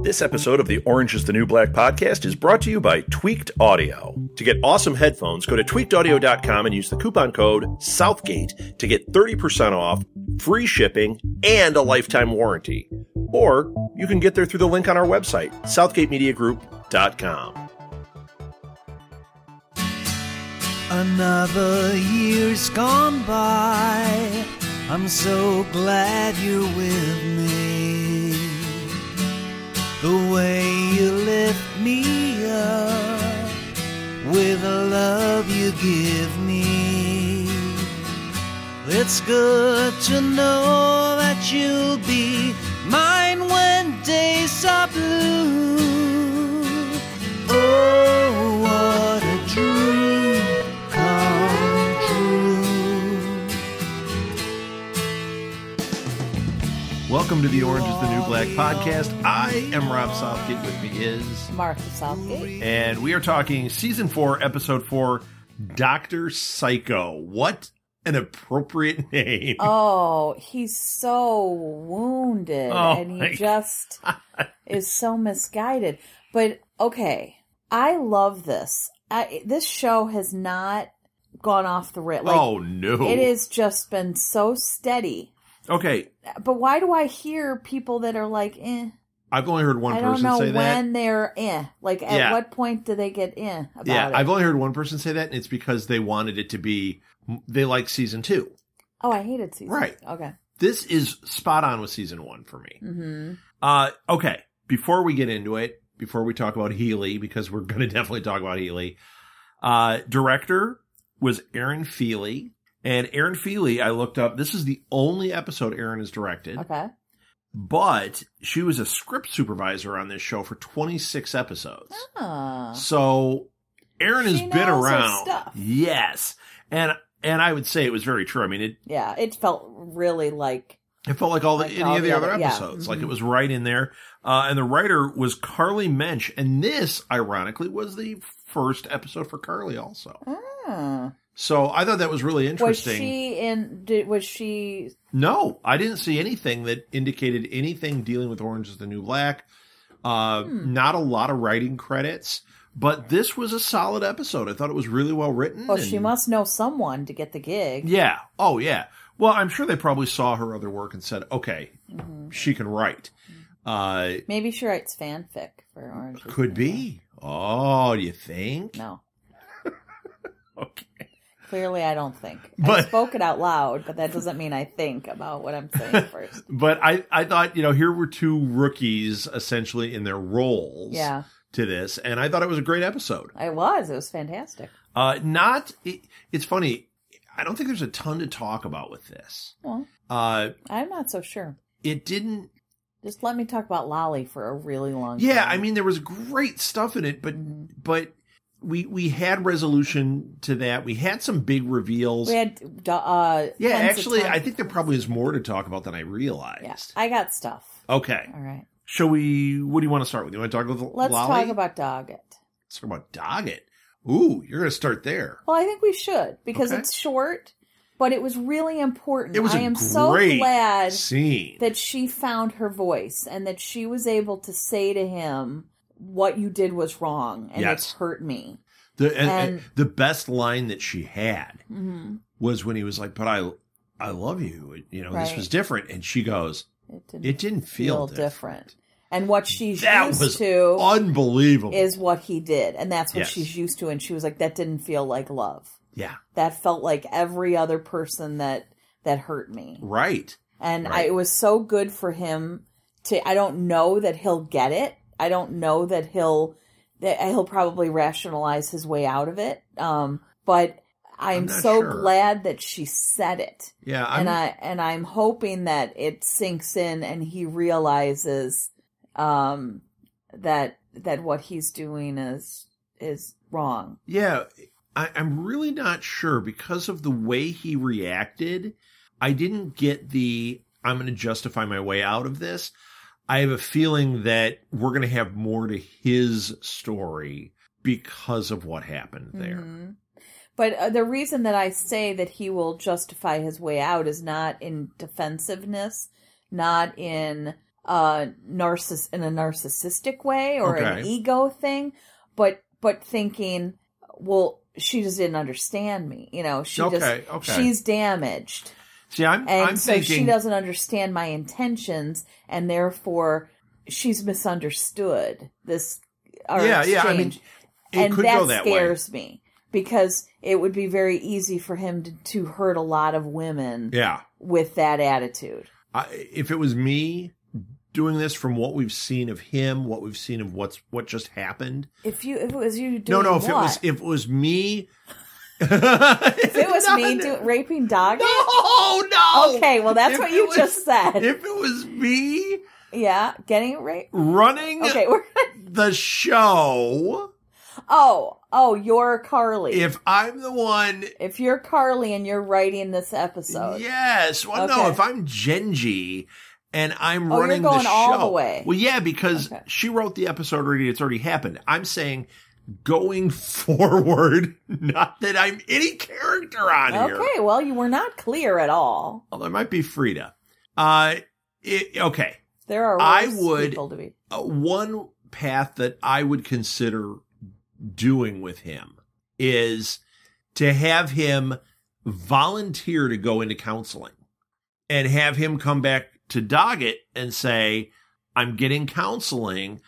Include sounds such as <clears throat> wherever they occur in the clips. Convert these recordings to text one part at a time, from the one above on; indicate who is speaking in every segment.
Speaker 1: This episode of the Orange is the New Black podcast is brought to you by Tweaked Audio. To get awesome headphones, go to tweakedaudio.com and use the coupon code Southgate to get 30% off, free shipping, and a lifetime warranty. Or you can get there through the link on our website, southgatemediagroup.com.
Speaker 2: Another year's gone by. I'm so glad you're with me. The way you lift me up with the love you give me. It's good to know that you'll be mine when days are blue. Oh, what a dream come true.
Speaker 1: Welcome to the Orange is the New Black podcast. I am Rob Southgate. With me is.
Speaker 3: Mark Southgate.
Speaker 1: And we are talking season four, episode four, Dr. Psycho. What an appropriate <laughs> name.
Speaker 3: Oh, he's so wounded
Speaker 1: Oh,
Speaker 3: and
Speaker 1: my <laughs>
Speaker 3: he just is so misguided. But okay, I love this. I, this show has not gone off the rail. Like,
Speaker 1: oh, no.
Speaker 3: It has just been so steady.
Speaker 1: Okay.
Speaker 3: But why do I hear people that are like, eh?
Speaker 1: I've only heard one
Speaker 3: I don't
Speaker 1: person
Speaker 3: know
Speaker 1: say that.
Speaker 3: when they're eh. Like, at
Speaker 1: Yeah.
Speaker 3: what point do they get eh about
Speaker 1: Yeah,
Speaker 3: it?
Speaker 1: I've only heard one person say that, and it's because they wanted it to be, they like season two.
Speaker 3: oh, I hated season.
Speaker 1: Right.
Speaker 3: Okay.
Speaker 1: This is spot on with season one for me.
Speaker 3: hmm
Speaker 1: Uh, okay. Before we get into it, before we talk about Healy, because we're <laughs> going to definitely talk about Healy, uh, director was Aaron Feely. And Aaron Feely, I looked up, this is the only episode Aaron has directed,
Speaker 3: Okay.
Speaker 1: but she was a script supervisor on this show for 26 episodes.
Speaker 3: Ah.
Speaker 1: So Aaron
Speaker 3: She
Speaker 1: has been
Speaker 3: knows her
Speaker 1: around.
Speaker 3: stuff.
Speaker 1: Yes. And, and I would say it was very true. I mean, it,
Speaker 3: Yeah, it felt really like
Speaker 1: It felt like all the,
Speaker 3: Like
Speaker 1: any
Speaker 3: all
Speaker 1: of the,
Speaker 3: the
Speaker 1: other
Speaker 3: other- yeah.
Speaker 1: episodes. Like it
Speaker 3: Mhm.
Speaker 1: was right in there. Uh, and the writer was Carly Mensch. And this, ironically, was the first episode for Carly also.
Speaker 3: hmm.
Speaker 1: So I thought that was really
Speaker 3: was
Speaker 1: interesting.
Speaker 3: she in? Did, was she?
Speaker 1: No, I didn't see anything that indicated anything dealing with Orange is the New Black. Uh,
Speaker 3: Hmm.
Speaker 1: Not a lot of writing credits, but this was a solid episode. I thought it was really well written.
Speaker 3: Well, she
Speaker 1: and-
Speaker 3: must know someone to get the gig.
Speaker 1: Hmm. Yeah. Oh, yeah. Well, I'm sure they probably saw her other work and said, okay,
Speaker 3: Mm-hmm.
Speaker 1: she can write. Uh,
Speaker 3: Maybe she writes fanfic for Orange. is the
Speaker 1: Could
Speaker 3: New
Speaker 1: be. Oh, you think?
Speaker 3: Black. No,
Speaker 1: Okay.
Speaker 3: clearly I don't think.
Speaker 1: But-
Speaker 3: I spoke it out loud, but that doesn't mean I think about what I'm saying
Speaker 1: <laughs>
Speaker 3: first.
Speaker 1: But I, I thought, you know, here were two rookies essentially in their roles
Speaker 3: Yeah,
Speaker 1: to this, and I thought it was a great episode.
Speaker 3: it was. It was fantastic.
Speaker 1: Uh not it, it's funny, I don't think there's a ton to talk about with this.
Speaker 3: Well,
Speaker 1: Uh
Speaker 3: I'm not so sure.
Speaker 1: it didn't
Speaker 3: Just let me talk about Lolly for a really long.
Speaker 1: Yeah, I
Speaker 3: time.
Speaker 1: mean there was great stuff in it, but
Speaker 3: Mhm.
Speaker 1: but we we had resolution to that. We had some big reveals.
Speaker 3: we had. Uh,
Speaker 1: yeah,
Speaker 3: tons of
Speaker 1: actually
Speaker 3: time-
Speaker 1: I think there probably is more to talk about than I
Speaker 3: Yeah,
Speaker 1: realized.
Speaker 3: I got stuff.
Speaker 1: Okay.
Speaker 3: All right,
Speaker 1: Shall we? What do you want to start with? You want to talk about the
Speaker 3: let's
Speaker 1: Lolly?
Speaker 3: talk about Doggett.
Speaker 1: Let's talk about Doggett. Ooh, you're going to start there.
Speaker 3: Well, I think we should because
Speaker 1: Okay.
Speaker 3: it's short, but it was really important.
Speaker 1: It was
Speaker 3: I
Speaker 1: a
Speaker 3: am
Speaker 1: great
Speaker 3: so glad
Speaker 1: scene.
Speaker 3: that she found her voice and that she was able to say to him, "What you did was wrong, and
Speaker 1: Yes.
Speaker 3: it hurt me."
Speaker 1: the and, and
Speaker 3: and-
Speaker 1: the best line that she had
Speaker 3: hmm
Speaker 1: was when he was like, "But I, I love you." You know, this
Speaker 3: Right.
Speaker 1: was different, and she goes,
Speaker 3: It didn't
Speaker 1: "It didn't feel,
Speaker 3: feel different. And what she's
Speaker 1: That
Speaker 3: used
Speaker 1: was
Speaker 3: to
Speaker 1: Unbelievable.
Speaker 3: is what he did, and that's what
Speaker 1: Yes.
Speaker 3: she's used to. And she was like, "That didn't feel like love.
Speaker 1: yeah,
Speaker 3: That felt like every other person that that hurt me."
Speaker 1: right.
Speaker 3: and I,
Speaker 1: Right.
Speaker 3: it was so good for him to i don't know that he'll get it i don't know that he'll that he'll probably rationalize his way out of it um but i'm,
Speaker 1: I'm not
Speaker 3: so
Speaker 1: sure.
Speaker 3: glad that she said it
Speaker 1: Yeah, I'm,
Speaker 3: and i and i'm hoping that it sinks in and he realizes um that that what he's doing is is wrong
Speaker 1: yeah, I, I'm really not sure because of the way he reacted. I didn't get the I'm going to justify my way out of this. I have a feeling that we're going to have more to his story because of what happened there.
Speaker 3: Mhm. But uh, the reason that I say that he will justify his way out is not in defensiveness, not in uh narciss in a narcissistic way or an
Speaker 1: Okay.
Speaker 3: ego thing, but but thinking, well, she just didn't understand me. You know, she
Speaker 1: Okay,
Speaker 3: just
Speaker 1: okay.
Speaker 3: she's damaged.
Speaker 1: See, I'm,
Speaker 3: And
Speaker 1: I'm
Speaker 3: so
Speaker 1: thinking.
Speaker 3: she doesn't understand my intentions, and therefore she's misunderstood. This our
Speaker 1: Yeah, yeah, I mean,
Speaker 3: exchange.
Speaker 1: it
Speaker 3: and
Speaker 1: could
Speaker 3: that,
Speaker 1: go that way.
Speaker 3: scares me because it would be very easy for him to, to hurt a lot of women
Speaker 1: Yeah.
Speaker 3: with that attitude.
Speaker 1: I, if it was me doing this from what we've seen of him, what we've seen of what's what just happened.
Speaker 3: If you, if it was you
Speaker 1: No,
Speaker 3: doing
Speaker 1: no. If it was
Speaker 3: what?
Speaker 1: if it was me. if
Speaker 3: if it
Speaker 1: <laughs>
Speaker 3: was me do, raping dog.
Speaker 1: No, no.
Speaker 3: Okay, well that's
Speaker 1: If
Speaker 3: what
Speaker 1: it
Speaker 3: you
Speaker 1: was-
Speaker 3: just said.
Speaker 1: If it was me
Speaker 3: yeah, getting raped.
Speaker 1: running
Speaker 3: Okay, we're
Speaker 1: the show,
Speaker 3: oh oh you're Carly.
Speaker 1: if I'm the one,
Speaker 3: if you're Carly and you're writing this episode,
Speaker 1: yes. Well, no.
Speaker 3: Okay.
Speaker 1: If I'm Genji. And I'm
Speaker 3: Oh, you're
Speaker 1: running
Speaker 3: going
Speaker 1: the show.
Speaker 3: all the way.
Speaker 1: Well, yeah, because
Speaker 3: Okay.
Speaker 1: she wrote the episode already. It's already happened. I'm saying going <laughs> forward, not that I'm any character on here.
Speaker 3: Okay, well, you were not clear at all.
Speaker 1: Although it might be Frida. Uh, it, okay.
Speaker 3: There are worse
Speaker 1: I would-
Speaker 3: people to be.
Speaker 1: uh, one path that I would consider doing with him is to have him volunteer to go into counseling and have him come back to Doggett and say, I'm getting counseling.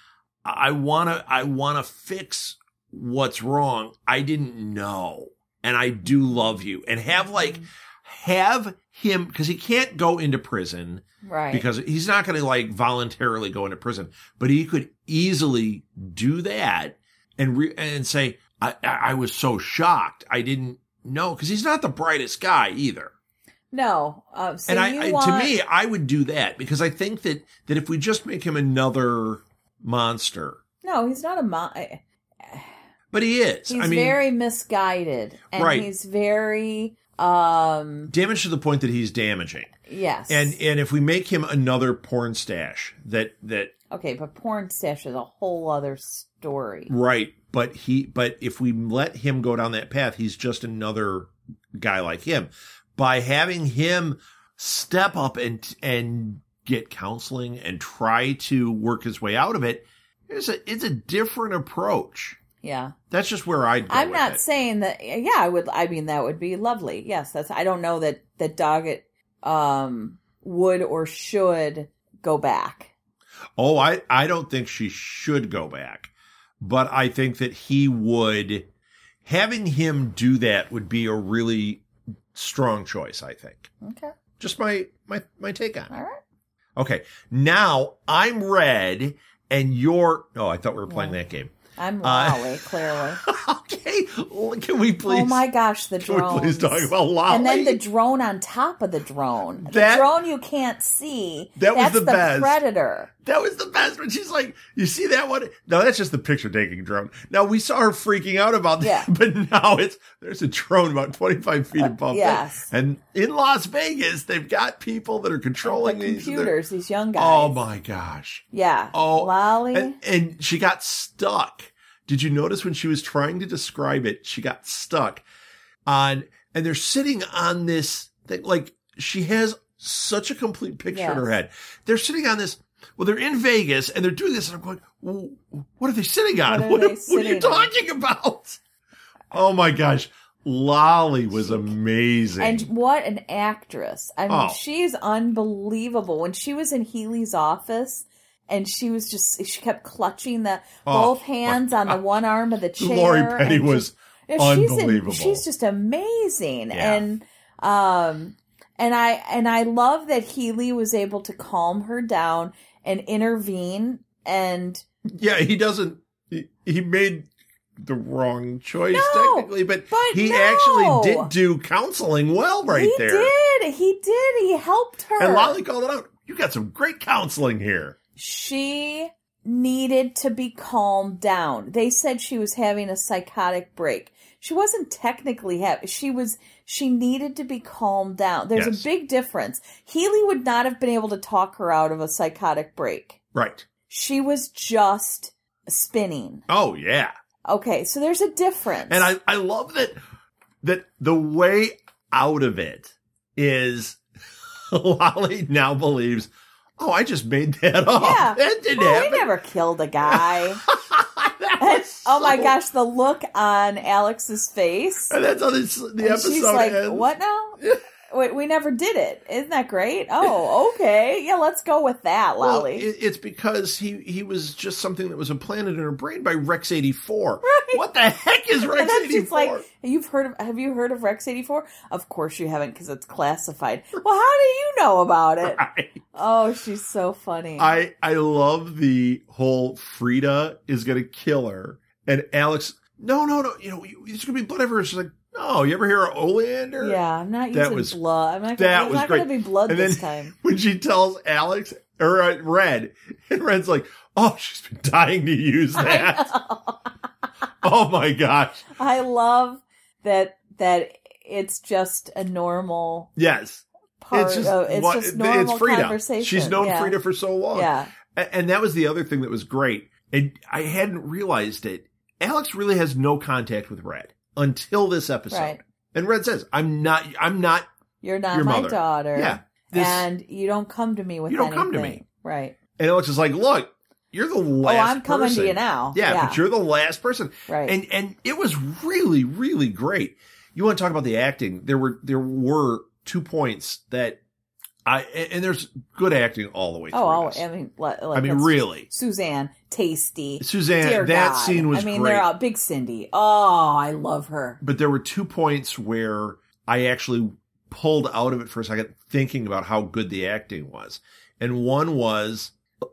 Speaker 1: I want to, I want to fix what's wrong. I didn't know. And I do love you and have like, have him, cause he can't go into prison
Speaker 3: Right.
Speaker 1: because he's not going to like voluntarily go into prison, but he could easily do that and re- and say, I, I I was so shocked, I didn't know because he's not the brightest guy either.
Speaker 3: no. Uh, so
Speaker 1: and
Speaker 3: you
Speaker 1: I, I
Speaker 3: want,
Speaker 1: to me, I would do that because I think that that if we just make him another monster,
Speaker 3: no, he's not a mo-
Speaker 1: but he is.
Speaker 3: He's
Speaker 1: I mean,
Speaker 3: very misguided, and
Speaker 1: Right.
Speaker 3: he's very um
Speaker 1: damaged to the point that he's damaging.
Speaker 3: yes.
Speaker 1: And and if we make him another porn stash, that that
Speaker 3: okay, but porn stash is a whole other story.
Speaker 1: Right, but he but if we let him go down that path, he's just another guy like him. By having him step up and and get counseling and try to work his way out of it, it's a it's a different approach.
Speaker 3: Yeah,
Speaker 1: That's just where I'd go.
Speaker 3: I'm
Speaker 1: with
Speaker 3: not
Speaker 1: it.
Speaker 3: saying that. Yeah, I would. I mean, that would be lovely. Yes, that's. I don't know that that Doggett um would or should go back.
Speaker 1: Oh, I, I don't think she should go back, but I think that he would having him do that would be a really strong choice, I think.
Speaker 3: Okay,
Speaker 1: Just my my my take on it.
Speaker 3: all right.
Speaker 1: Okay. Now I'm red and you're. Oh, I thought we were playing that game. <laughs>
Speaker 3: I'm
Speaker 1: Uh,
Speaker 3: Lolly, clearly.
Speaker 1: okay. l- Can we <laughs> please?
Speaker 3: oh my gosh, the
Speaker 1: Can we
Speaker 3: drone.
Speaker 1: please talk about Lolly?
Speaker 3: and then the drone on top of the drone.
Speaker 1: That-
Speaker 3: the drone you can't see.
Speaker 1: That was
Speaker 3: That's
Speaker 1: the best.
Speaker 3: predator.
Speaker 1: <laughs> that was the best when she's like, "You see that one? No, that's just the picture taking drone." Now we saw her freaking out about that,
Speaker 3: Yeah.
Speaker 1: <laughs>
Speaker 3: Uh,
Speaker 1: but now it's there's a drone about twenty five feet above. it.
Speaker 3: yes.
Speaker 1: And in Las Vegas, they've got people that are controlling
Speaker 3: the
Speaker 1: these. and they're-
Speaker 3: computers, these young guys.
Speaker 1: Oh my gosh.
Speaker 3: Yeah.
Speaker 1: Oh,
Speaker 3: Lolly.
Speaker 1: And, and she got stuck. Did you notice when she was trying to describe it, she got stuck on, and they're sitting on this thing. Like she has such a complete picture in her
Speaker 3: Yes.
Speaker 1: head. They're sitting on this. Well, they're in Vegas and they're doing this, and I'm going, "Well, what are they sitting on?
Speaker 3: What are
Speaker 1: What, <laughs>
Speaker 3: they
Speaker 1: what are you
Speaker 3: sitting on?"
Speaker 1: talking about? Oh my gosh. Lolly was amazing.
Speaker 3: And what an actress. I mean,
Speaker 1: Oh.
Speaker 3: she's unbelievable. When she was in Healy's office and she was just, she kept clutching the
Speaker 1: Oh,
Speaker 3: both hands on the one arm of the chair.
Speaker 1: Lori Petty
Speaker 3: and
Speaker 1: was
Speaker 3: Yeah, she's in-
Speaker 1: Unbelievable.
Speaker 3: she's just amazing,
Speaker 1: Yeah.
Speaker 3: and um, and I and I love that Healy was able to calm her down and intervene. And
Speaker 1: Yeah, he doesn't. He, he made the wrong choice
Speaker 3: No,
Speaker 1: technically, but,
Speaker 3: but
Speaker 1: he
Speaker 3: no.
Speaker 1: actually did do counseling well right
Speaker 3: he
Speaker 1: there.
Speaker 3: did, he did, he helped her.
Speaker 1: And Lolly called it out. You got some great counseling here.
Speaker 3: she needed to be calmed down. They said she was having a psychotic break. She wasn't technically happy. She was she needed to be calmed down. There's
Speaker 1: Yes.
Speaker 3: a big difference. Healy would not have been able to talk her out of a psychotic break.
Speaker 1: Right.
Speaker 3: She was just spinning.
Speaker 1: Oh yeah.
Speaker 3: Okay, so there's a difference.
Speaker 1: And I I love that that the <laughs> way out of it is Lolly now believes oh, I just made that up.
Speaker 3: Yeah.
Speaker 1: That didn't
Speaker 3: Oh, we
Speaker 1: happen.
Speaker 3: never killed
Speaker 1: <laughs>
Speaker 3: a guy.
Speaker 1: That
Speaker 3: And-
Speaker 1: was
Speaker 3: oh my
Speaker 1: so-
Speaker 3: gosh, the look on Alex's face.
Speaker 1: And that's how this, the
Speaker 3: And
Speaker 1: episode
Speaker 3: she's like,
Speaker 1: ends. <laughs>
Speaker 3: "What now? Wait, we never did it. Isn't that great? Oh, okay. Yeah, let's go with that,
Speaker 1: Well,
Speaker 3: Lolly.
Speaker 1: it- it's because he he was just something that was implanted in her brain by Rex eighty four.
Speaker 3: <laughs> Right.
Speaker 1: What the heck is Rex
Speaker 3: <laughs> and then
Speaker 1: eighty
Speaker 3: she's
Speaker 1: four?
Speaker 3: like, <laughs> "You've heard of? Have you heard of Rex eighty four? Of course you haven't, because it's classified. <laughs> Well, how do you know about it? Oh, she's so funny.
Speaker 1: I I love the whole Frida is gonna kill her, and Alex, no, no, no, you know, you- it's gonna be blood everywhere. She's like, no, you ever hear of Oleander?
Speaker 3: yeah, I'm not
Speaker 1: That
Speaker 3: using
Speaker 1: was-
Speaker 3: blood. I'm
Speaker 1: that
Speaker 3: not. there's
Speaker 1: was
Speaker 3: not
Speaker 1: great.
Speaker 3: going to be blood
Speaker 1: And
Speaker 3: this
Speaker 1: then-
Speaker 3: time.
Speaker 1: When she tells Alex or uh, Red, <laughs> and Red's like, oh, she's been dying to use <laughs> that.
Speaker 3: I know.
Speaker 1: Oh my gosh,
Speaker 3: I love that that it's just a normal
Speaker 1: yes.
Speaker 3: part of it's
Speaker 1: what-
Speaker 3: just normal conversation.
Speaker 1: She's known
Speaker 3: yeah.
Speaker 1: Frida for so long.
Speaker 3: Yeah,
Speaker 1: A- And that was the other thing that was great. And I hadn't realized it. Alex really has no contact with Red until this episode.
Speaker 3: right.
Speaker 1: And Red says, I'm not, I'm not,
Speaker 3: You're not
Speaker 1: Your
Speaker 3: my
Speaker 1: mother.
Speaker 3: daughter.
Speaker 1: yeah. This, and,
Speaker 3: and you don't come to me with
Speaker 1: You don't come to
Speaker 3: anything.
Speaker 1: me.
Speaker 3: Right.
Speaker 1: Alex is like, look, you're the
Speaker 3: oh,
Speaker 1: last
Speaker 3: I'm coming
Speaker 1: person.
Speaker 3: to you now.
Speaker 1: Yeah, but you're the last person.
Speaker 3: right.
Speaker 1: And, and it was really, really great. You want to talk about the acting. There were, there were two points that I, and and there's good acting all the way through.
Speaker 3: oh, oh,
Speaker 1: this.
Speaker 3: I mean, like,
Speaker 1: I mean, really.
Speaker 3: Suzanne, tasty.
Speaker 1: Suzanne,
Speaker 3: Dear
Speaker 1: that
Speaker 3: God.
Speaker 1: scene was
Speaker 3: I mean,
Speaker 1: great.
Speaker 3: they're all big Cindy. Oh, I love her.
Speaker 1: But there were two points where I actually pulled out of it for a second, thinking about how good the acting was. And one was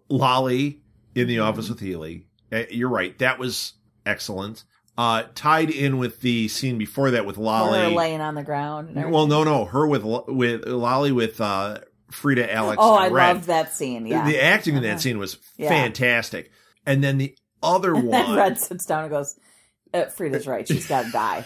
Speaker 1: Lolly in the office with Healy. Eh, You're right. That was excellent. Uh, tied in with the scene before that with
Speaker 3: Her
Speaker 1: Lolly.
Speaker 3: laying on the ground. And everything.
Speaker 1: Well, no, no, her with Lo- with Lolly with uh, Frida, Alex.
Speaker 3: oh, I
Speaker 1: and Red.
Speaker 3: loved that scene. Yeah. <laughs>
Speaker 1: The acting in
Speaker 3: Uh-huh.
Speaker 1: that scene was
Speaker 3: Yeah.
Speaker 1: fantastic. And then the other
Speaker 3: and
Speaker 1: one.
Speaker 3: then <laughs> Red sits down and goes, uh, "Frida's right. She's got
Speaker 1: <laughs>
Speaker 3: to die.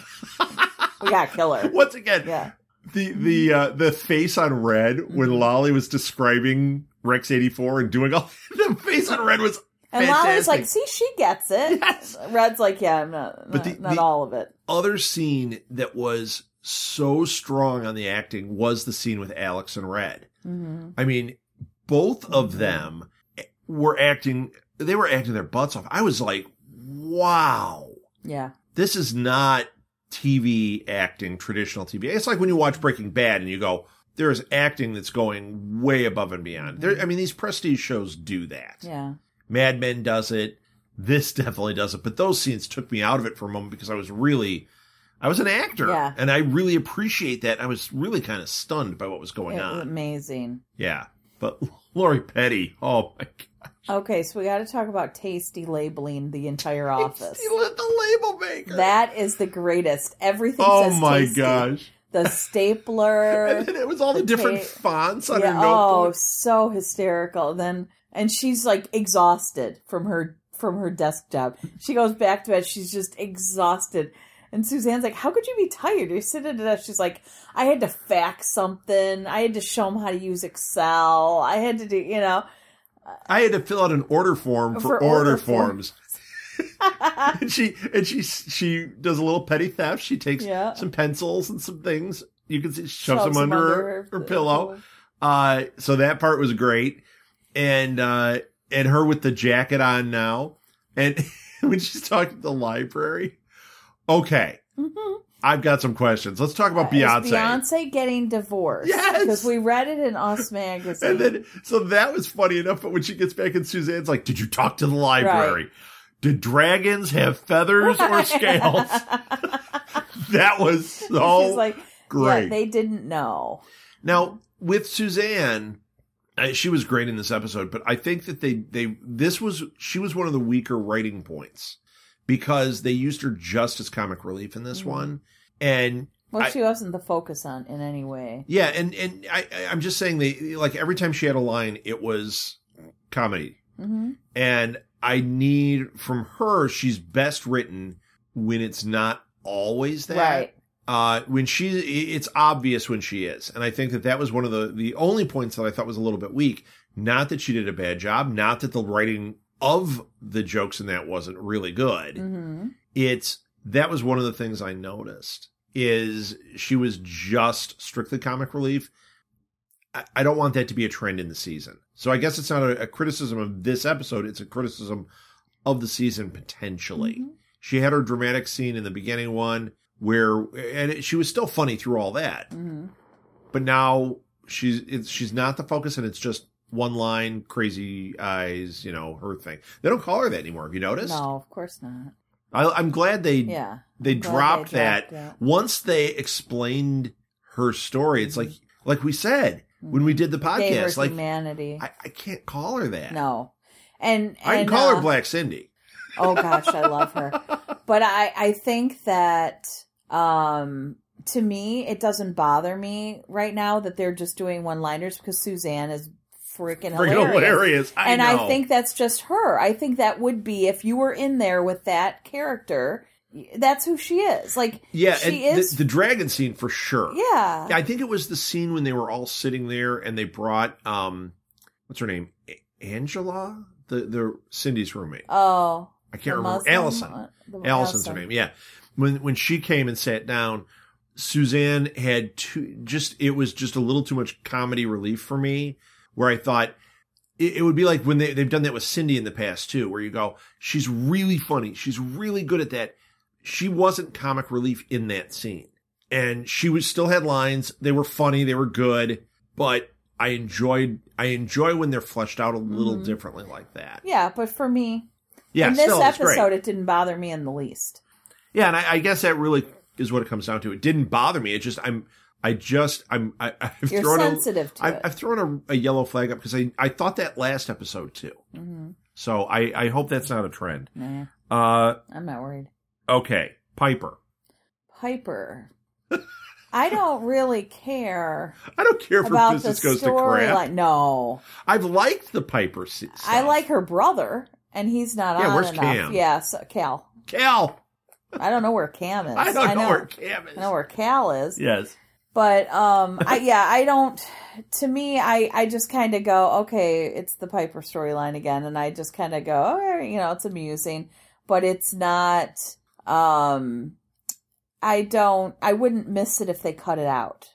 Speaker 3: we got to kill her."
Speaker 1: Once again,
Speaker 3: Yeah.
Speaker 1: the the uh, the face on red when Lolly was describing Rex eighty four and doing all <laughs> the face on red was
Speaker 3: And Lolly's
Speaker 1: Fantastic.
Speaker 3: like, "See, she gets it."
Speaker 1: Yes.
Speaker 3: Red's like, "Yeah, I'm not,
Speaker 1: But
Speaker 3: not,
Speaker 1: the-
Speaker 3: not
Speaker 1: the-
Speaker 3: all of it."
Speaker 1: other scene that was so strong on the acting was the scene with Alex and Red.
Speaker 3: hmm
Speaker 1: I mean, both of them eh, were acting they were acting their butts off. I was like, wow,
Speaker 3: Yeah.
Speaker 1: this is not TV acting, traditional TV. It's like when you watch Breaking Bad and you go, there is acting that's going way above and beyond. There, I mean, these prestige shows do that.
Speaker 3: Yeah.
Speaker 1: Mad Men does it. This <laughs> definitely does it. But those scenes took me out of it for a moment because I was really, I was an actor.
Speaker 3: Yeah.
Speaker 1: And I really appreciate that. I was really kind of stunned by what was going
Speaker 3: It-
Speaker 1: on.
Speaker 3: amazing.
Speaker 1: Yeah. But <laughs> Lori Petty, oh my God.
Speaker 3: Okay, so we got to talk about tasty labeling the entire office.
Speaker 1: You lit the label maker.
Speaker 3: That is the greatest. Everything
Speaker 1: oh
Speaker 3: says
Speaker 1: my
Speaker 3: tasty.
Speaker 1: gosh.
Speaker 3: The
Speaker 1: <laughs>
Speaker 3: stapler.
Speaker 1: And then it was all the,
Speaker 3: The
Speaker 1: different
Speaker 3: tape.
Speaker 1: fonts on her
Speaker 3: yeah, oh,
Speaker 1: notebook.
Speaker 3: so hysterical. Then and she's like exhausted from her from her desk job. She goes back to bed. She's just exhausted. And Suzanne's like, "How could you be tired? You're sitting at a desk." She's like, "I had to fax something. I had to show them how to use Excel. I had to do, you know."
Speaker 1: I had to fill out an order form for,
Speaker 3: For
Speaker 1: order,
Speaker 3: order
Speaker 1: forms. and she and she she does a little petty theft. She takes
Speaker 3: Yeah.
Speaker 1: some pencils and some things. You can see shoves,
Speaker 3: Shoves
Speaker 1: them under, her, her pillow. Uh, so that part was great. And uh, and her with the jacket on now. And <laughs> when she's talking to the library, okay,
Speaker 3: Mhm.
Speaker 1: I've got some questions. Let's talk about
Speaker 3: Uh, Is
Speaker 1: Mm-hmm. Beyonce.
Speaker 3: Beyonce getting divorced.
Speaker 1: Yes!
Speaker 3: Because we read it in Us
Speaker 1: <laughs>
Speaker 3: magazine.
Speaker 1: And then, so that was funny enough. But when she gets back, and Suzanne's like, "Did you talk to the library? Did dragons have feathers or
Speaker 3: <laughs>
Speaker 1: scales?" <laughs> that was so
Speaker 3: She's like,
Speaker 1: great.
Speaker 3: Yeah, they didn't know.
Speaker 1: now with Suzanne, uh, she was great in this episode, but I think that they they this was she was one of the weaker writing points because they used her just as comic relief in this
Speaker 3: Mm-hmm.
Speaker 1: one, and
Speaker 3: Well,
Speaker 1: I-
Speaker 3: she wasn't the focus on in any way.
Speaker 1: Yeah, and and I I- I'm just saying they like every time she had a line, it was comedy,
Speaker 3: hmm
Speaker 1: and I need from her. She's best written when it's not always that.
Speaker 3: Right.
Speaker 1: Uh, when she, i- it's obvious when she is, and I think that that was one of the the only points that I thought was a little bit weak. Not that she did a bad job. Not that the writing of the jokes in that wasn't really good
Speaker 3: hmm
Speaker 1: it's that was one of the things I noticed is she was just strictly comic relief. I- I don't want that to be a trend in the season. So I guess it's not a, a criticism of this episode. It's a criticism of the season potentially.
Speaker 3: Mhm.
Speaker 1: She had her dramatic scene in the beginning one where, and it, she was still funny through all that.
Speaker 3: Mhm.
Speaker 1: But now she's it's, she's not the focus, and it's just one line, crazy eyes, you know, her thing. They don't call her that anymore. Have you noticed?
Speaker 3: No, of course not.
Speaker 1: I, I'm glad they
Speaker 3: Yeah.
Speaker 1: they
Speaker 3: Glad
Speaker 1: dropped
Speaker 3: they
Speaker 1: that
Speaker 3: dropped it.
Speaker 1: once they explained her story. It's like
Speaker 3: Mm-hmm.
Speaker 1: like we said when we did the
Speaker 3: Gave her
Speaker 1: podcast, like
Speaker 3: humanity.
Speaker 1: I, I can't call her that.
Speaker 3: no. And,
Speaker 1: I can
Speaker 3: and,
Speaker 1: call
Speaker 3: uh,
Speaker 1: her Black Cindy.
Speaker 3: oh gosh, I love her. But I I think that um to me it doesn't bother me right now that they're just doing one liners because Suzanne is freaking
Speaker 1: Freaking
Speaker 3: hilarious.
Speaker 1: hilarious. I
Speaker 3: and
Speaker 1: know.
Speaker 3: I think that's just her. I think that would be if you were in there with that character, that's who she is. Like
Speaker 1: yeah, and
Speaker 3: she
Speaker 1: the-
Speaker 3: is
Speaker 1: the, dragon scene for sure.
Speaker 3: yeah.
Speaker 1: I think it was the scene when they were all sitting there and they brought um what's her name? A- Angela? The the Cindy's roommate.
Speaker 3: Oh.
Speaker 1: I can't
Speaker 3: the
Speaker 1: remember.
Speaker 3: Muslim-
Speaker 1: Allison.
Speaker 3: uh, the-
Speaker 1: Allison's her name. Yeah. When when she came and sat down, Suzanne had too just it was just a little too much comedy relief for me where I thought it, it would be like when they, they've done that with Cindy in the past too, where you go, she's really funny. She's really good at that. She wasn't comic relief in that scene. And she was still had lines. They were funny. They were good, but I enjoyed, I enjoy when they're fleshed out a little
Speaker 3: Mhm.
Speaker 1: differently like that.
Speaker 3: Yeah, but for me,
Speaker 1: Yeah.
Speaker 3: in this
Speaker 1: still, it's great.
Speaker 3: episode, it didn't bother me in the least.
Speaker 1: Yeah, and I, I guess that really is what it comes down to. It didn't bother me. It just I'm I just I'm I, <laughs> I've
Speaker 3: You're
Speaker 1: thrown a,
Speaker 3: sensitive to
Speaker 1: I've,
Speaker 3: it.
Speaker 1: I've thrown a, a yellow flag up because I I thought that last episode too.
Speaker 3: Mhm.
Speaker 1: So I I hope that's not a trend.
Speaker 3: Nah,
Speaker 1: Uh,
Speaker 3: I'm not worried.
Speaker 1: okay, Piper.
Speaker 3: Piper. I don't really care
Speaker 1: I don't care if her
Speaker 3: about the
Speaker 1: business goes to crap.
Speaker 3: storyline. No,
Speaker 1: I've liked the Piper. se- Stuff.
Speaker 3: I like her brother, and he's not
Speaker 1: Yeah,
Speaker 3: on
Speaker 1: where's
Speaker 3: enough.
Speaker 1: Cam?
Speaker 3: Yeah, so, Cal.
Speaker 1: Cal.
Speaker 3: I don't know where Cam is.
Speaker 1: <laughs> I don't know where Cam is.
Speaker 3: I know where Cal is.
Speaker 1: yes.
Speaker 3: But um,
Speaker 1: <laughs>
Speaker 3: I yeah, I don't. To me, I I just kind of go, okay, it's the Piper storyline again, and I just kind of go, all right, you know, it's amusing, but it's not. Um, I don't. I wouldn't miss it if they cut it out.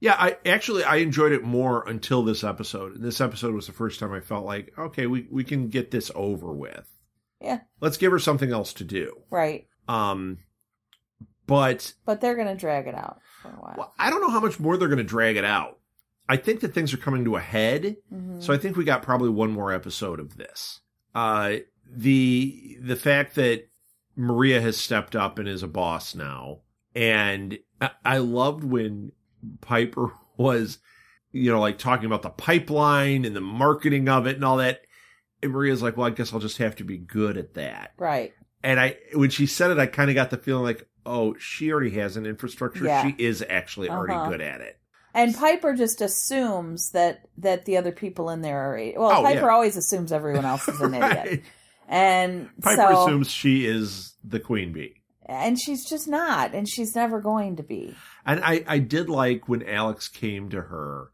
Speaker 1: Yeah, I actually I enjoyed it more until this episode. And this episode was the first time I felt like, okay, we, we can get this over with.
Speaker 3: Yeah.
Speaker 1: Let's give her something else to do.
Speaker 3: Right.
Speaker 1: Um but
Speaker 3: But they're going to drag it out for a while.
Speaker 1: well, I don't know how much more they're going to drag it out. I think that things are coming to a head,
Speaker 3: Mhm.
Speaker 1: so I think we got probably one more episode of this. Uh the the fact that Maria has stepped up and is a boss now and I, I loved when Piper <laughs> was you know like talking about the pipeline and the marketing of it and all that and Maria's like, "Well, I guess I'll just have to be good at that."
Speaker 3: right.
Speaker 1: and I when she said it, I kind of got the feeling like, oh, she already has an infrastructure.
Speaker 3: Yeah.
Speaker 1: She is actually
Speaker 3: Uh-huh.
Speaker 1: already good at it.
Speaker 3: And Piper just assumes that that the other people in there are. Well,
Speaker 1: Oh,
Speaker 3: Piper
Speaker 1: yeah.
Speaker 3: always assumes everyone else is an idiot,
Speaker 1: <laughs> Right.
Speaker 3: and
Speaker 1: Piper
Speaker 3: so
Speaker 1: assumes she is the queen bee,
Speaker 3: and she's just not, and she's never going to be.
Speaker 1: and I I did like when Alex came to her,